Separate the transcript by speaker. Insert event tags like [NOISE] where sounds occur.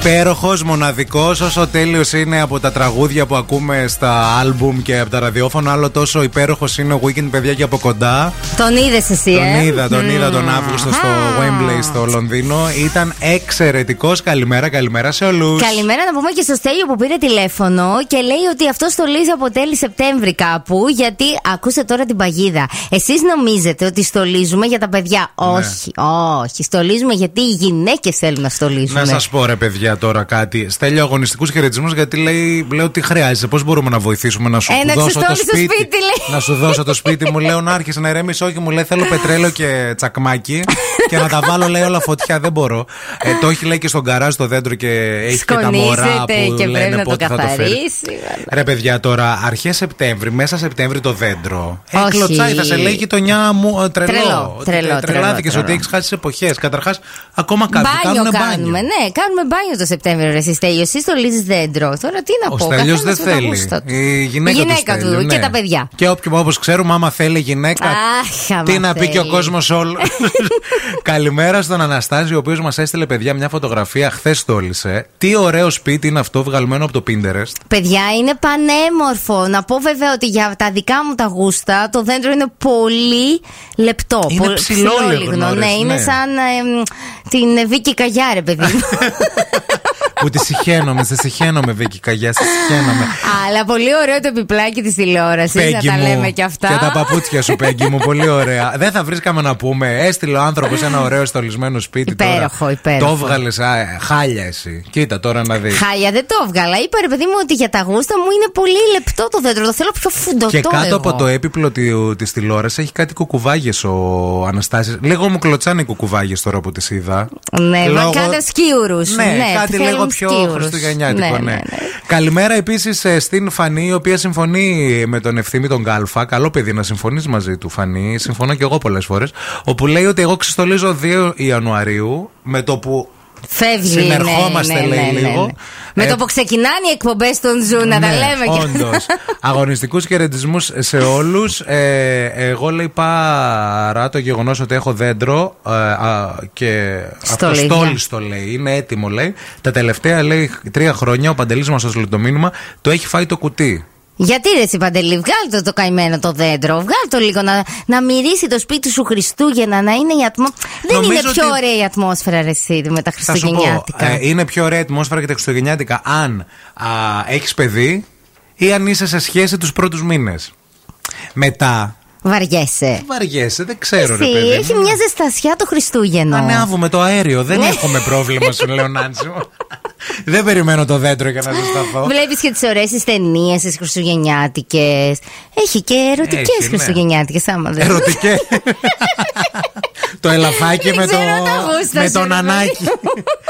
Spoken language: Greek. Speaker 1: Υπέροχος, μοναδικός, όσο τέλειος είναι από τα τραγούδια που ακούμε στα άλμπουμ και από τα ραδιόφωνα, άλλο τόσο υπέροχος είναι ο Weekend, παιδιά και από κοντά.
Speaker 2: Τον είδες εσύ,
Speaker 1: Τον
Speaker 2: ε.
Speaker 1: είδα, τον
Speaker 2: Μμμ.
Speaker 1: είδα τον Αύγουστο στο
Speaker 2: Αχα.
Speaker 1: Wembley στο Λονδίνο. Ήταν εξαιρετικός. Καλημέρα, καλημέρα σε όλους.
Speaker 2: Καλημέρα να πούμε και στο Στέλιο που πήρε τηλέφωνο και λέει ότι αυτό στολίζει από τέλη Σεπτέμβρη κάπου. Γιατί ακούστε τώρα την παγίδα. Εσείς νομίζετε ότι στολίζουμε για τα παιδιά.
Speaker 1: Ναι.
Speaker 2: Όχι, όχι. Στολίζουμε γιατί οι γυναίκες θέλουν να στολίζουν.
Speaker 1: Να σας πω ρε παιδιά τώρα κάτι. Στέλιο αγωνιστικούς χαιρετισμούς γιατί λέει, λέω τι χρειάζεσαι. Πώς μπορούμε να βοηθήσουμε να σου
Speaker 2: Ε, να
Speaker 1: δώσω το
Speaker 2: ξεστόλεις το
Speaker 1: σπίτι.
Speaker 2: σπίτι, λέει.
Speaker 1: να σου δώσω το σπίτι μου. Λέω να άρχισε να ηρεμήσει. Όχι, μου λέει θέλω πετρέλαιο και τσακμάκι και να τα βάλω λέει όλα φωτιά. Δεν μπορώ. Ε, το έχει λέει και στον καράζ το δέντρο και έχει και τα μωρά
Speaker 2: Σκονίζεται
Speaker 1: που
Speaker 2: και πρέπει
Speaker 1: λένε
Speaker 2: να το
Speaker 1: πότε θα το φέρει.
Speaker 2: καθαρίσει.
Speaker 1: Ρε παιδιά τώρα, αρχές Σεπτέμβρη, μέσα Σεπτέμβρη το δέντρο. Ε,
Speaker 2: Όχι.
Speaker 1: κλωτσάει, θα σε λέει η γειτονιά μου ε, τρελό.
Speaker 2: Τρελό, τρελό, τρελό,
Speaker 1: Τρελάθηκε
Speaker 2: τρελό.
Speaker 1: ότι έχεις χάσει εποχές. Καταρχάς, ακόμα κάτι.
Speaker 2: Μπάνιο
Speaker 1: κάνουνε
Speaker 2: κάνουμε, ναι, κάνουμε μπάνιο το Σεπτέμβριο. Ρε, εσύ Στέλιο, εσύ στολίζει δέντρο. Τώρα τι να
Speaker 1: Ο
Speaker 2: πω,
Speaker 1: Στέλιος
Speaker 2: καθένας
Speaker 1: δεν
Speaker 2: με τα
Speaker 1: θέλει.
Speaker 2: γούστα του.
Speaker 1: Η γυναίκα,
Speaker 2: γυναίκα του,
Speaker 1: Στέλιου,
Speaker 2: και
Speaker 1: ναι.
Speaker 2: τα παιδιά.
Speaker 1: Και όποιο όπως ξέρουμε, άμα θέλει η γυναίκα.
Speaker 2: Αχ, άμα
Speaker 1: τι να πει και ο
Speaker 2: θέλει.
Speaker 1: κόσμος
Speaker 2: [LAUGHS]
Speaker 1: όλο. Καλημέρα στον Αναστάζη, ο οποίος μας έστειλε παιδιά μια φωτογραφία. Χθες τόλισε. Τι ωραίο σπίτι είναι αυτό βγαλμένο από το Pinterest.
Speaker 2: Παιδιά, είναι πανέμορφο. Να πω βέβαια ότι για τα δικά μου τα γούστα το δέντρο είναι πολύ λεπτό.
Speaker 1: Είναι
Speaker 2: πολύ
Speaker 1: ψηλόλιγνο, ρε,
Speaker 2: Ναι, είναι
Speaker 1: ναι.
Speaker 2: σαν ε, μ, την Βίκη Καγιά, ρε παιδί
Speaker 1: [LAUGHS]
Speaker 2: μου.
Speaker 1: που τη συχαίνομαι, σε συχαίνομαι, Βίκυ Καγιά, σε συχαίνομαι.
Speaker 2: Αλλά πολύ ωραίο το επιπλάκι της τηλεόρασης. Να
Speaker 1: Πέγγι
Speaker 2: τα
Speaker 1: μου.
Speaker 2: λέμε και αυτά.
Speaker 1: τα παπούτσια σου, Πέγγι μου. Πολύ
Speaker 2: [LAUGHS]
Speaker 1: ωραία. Δεν θα βρίσκαμε να πούμε. Έστειλε ο άνθρωπος ένα ωραίο στολισμένο σπίτι. τώρα.
Speaker 2: Υπέροχο, υπέροχο.
Speaker 1: Το έβγαλες χάλια εσύ. Κοίτα τώρα να δεις.
Speaker 2: Χάλια, δεν το έβγαλα. Είπα ρε παιδί μου ότι για τα γούστα μου είναι πολύ λεπτό το δέντρο. Το θέλω πιο φουντωτό.
Speaker 1: Και κάτω
Speaker 2: εγώ.
Speaker 1: από το έπιπλο τη τηλεόρασης έχει κάτι κουκουβάγες ο Αναστάσης. Λίγο μου κλωτσάνε οι κουκουβάγες τώρα που τις είδα.
Speaker 2: Ναι, μα κάτω σκιούρους.
Speaker 1: Ναι,
Speaker 2: Ναι,
Speaker 1: κάτι
Speaker 2: θέλουν
Speaker 1: λίγο πιο
Speaker 2: σκιούρους.
Speaker 1: χριστουγεννιάτικο. Ναι,
Speaker 2: Ναι, ναι, ναι.
Speaker 1: Καλημέρα επίσης στην Φανή, η οποία συμφωνεί με τον ευθύμη τον Κάλφα. Καλό παιδί να συμφωνείς μαζί του, Φανή. Συμφωνώ και εγώ πολλές φορές. Όπου λέει ότι εγώ ξεστολίζω 2 Ιανουαρίου με το που.
Speaker 2: Φεύγει.
Speaker 1: Συνερχόμαστε,
Speaker 2: ναι, ναι,
Speaker 1: λέει,
Speaker 2: ναι, ναι,
Speaker 1: λίγο.
Speaker 2: ναι. Με
Speaker 1: Ε, ναι,
Speaker 2: το που ξεκινάνε οι εκπομπές των Ζου, να τα λέμε και αυτά.
Speaker 1: Όντως. Αγωνιστικούς χαιρετισμούς σε όλους. Ε, εγώ λέει παρά το γεγονός ότι έχω δέντρο ε, α, και αυτό
Speaker 2: Στολίδια.
Speaker 1: στόλις το λέει. Είναι έτοιμο λέει. Τα τελευταία λέει τρία χρόνια ο Παντελής μας στο μήνυμα το έχει φάει το κουτί.
Speaker 2: [LAUGHS] Γιατί ρε εσύ Παντελή, βγάλ το το καημένο το δέντρο, βγάλ το λίγο να, να μυρίσει το σπίτι σου Χριστούγεννα, να είναι η ατμό... Δεν
Speaker 1: Νομίζω
Speaker 2: είναι πιο
Speaker 1: ότι-
Speaker 2: ωραία η ατμόσφαιρα ρε εσύ με τα
Speaker 1: Θα σου πω,
Speaker 2: Χριστουγεννιάτικα.
Speaker 1: ε, είναι πιο ωραία η ατμόσφαιρα και τα Χριστουγεννιάτικα αν α, έχεις παιδί ή αν είσαι σε σχέση τους πρώτους μήνες. Μετά
Speaker 2: Βαριέσαι.
Speaker 1: βαριέσαι, δεν ξέρω ρε
Speaker 2: Εσύ,
Speaker 1: παιδί.
Speaker 2: έχει μια ζεστασιά το Χριστούγεννο.
Speaker 1: Ανάβουμε το αέριο. Δεν έχουμε πρόβλημα, σου λέω Νάντση μου. Δεν περιμένω το δέντρο για να ζεσταθώ.
Speaker 2: Βλέπεις και τις ωραίες ταινίες, τις χριστουγεννιάτικες. Έχει και ερωτικές
Speaker 1: Έχει, ναι.
Speaker 2: χριστουγεννιάτικες, άμα δεν. [LAUGHS]
Speaker 1: Ερωτικές. το ελαφάκι
Speaker 2: Δεν
Speaker 1: με, το...
Speaker 2: ξέρω τα γούστα
Speaker 1: με
Speaker 2: σου,
Speaker 1: τον
Speaker 2: ρε παιδί
Speaker 1: ανάκι.
Speaker 2: μου.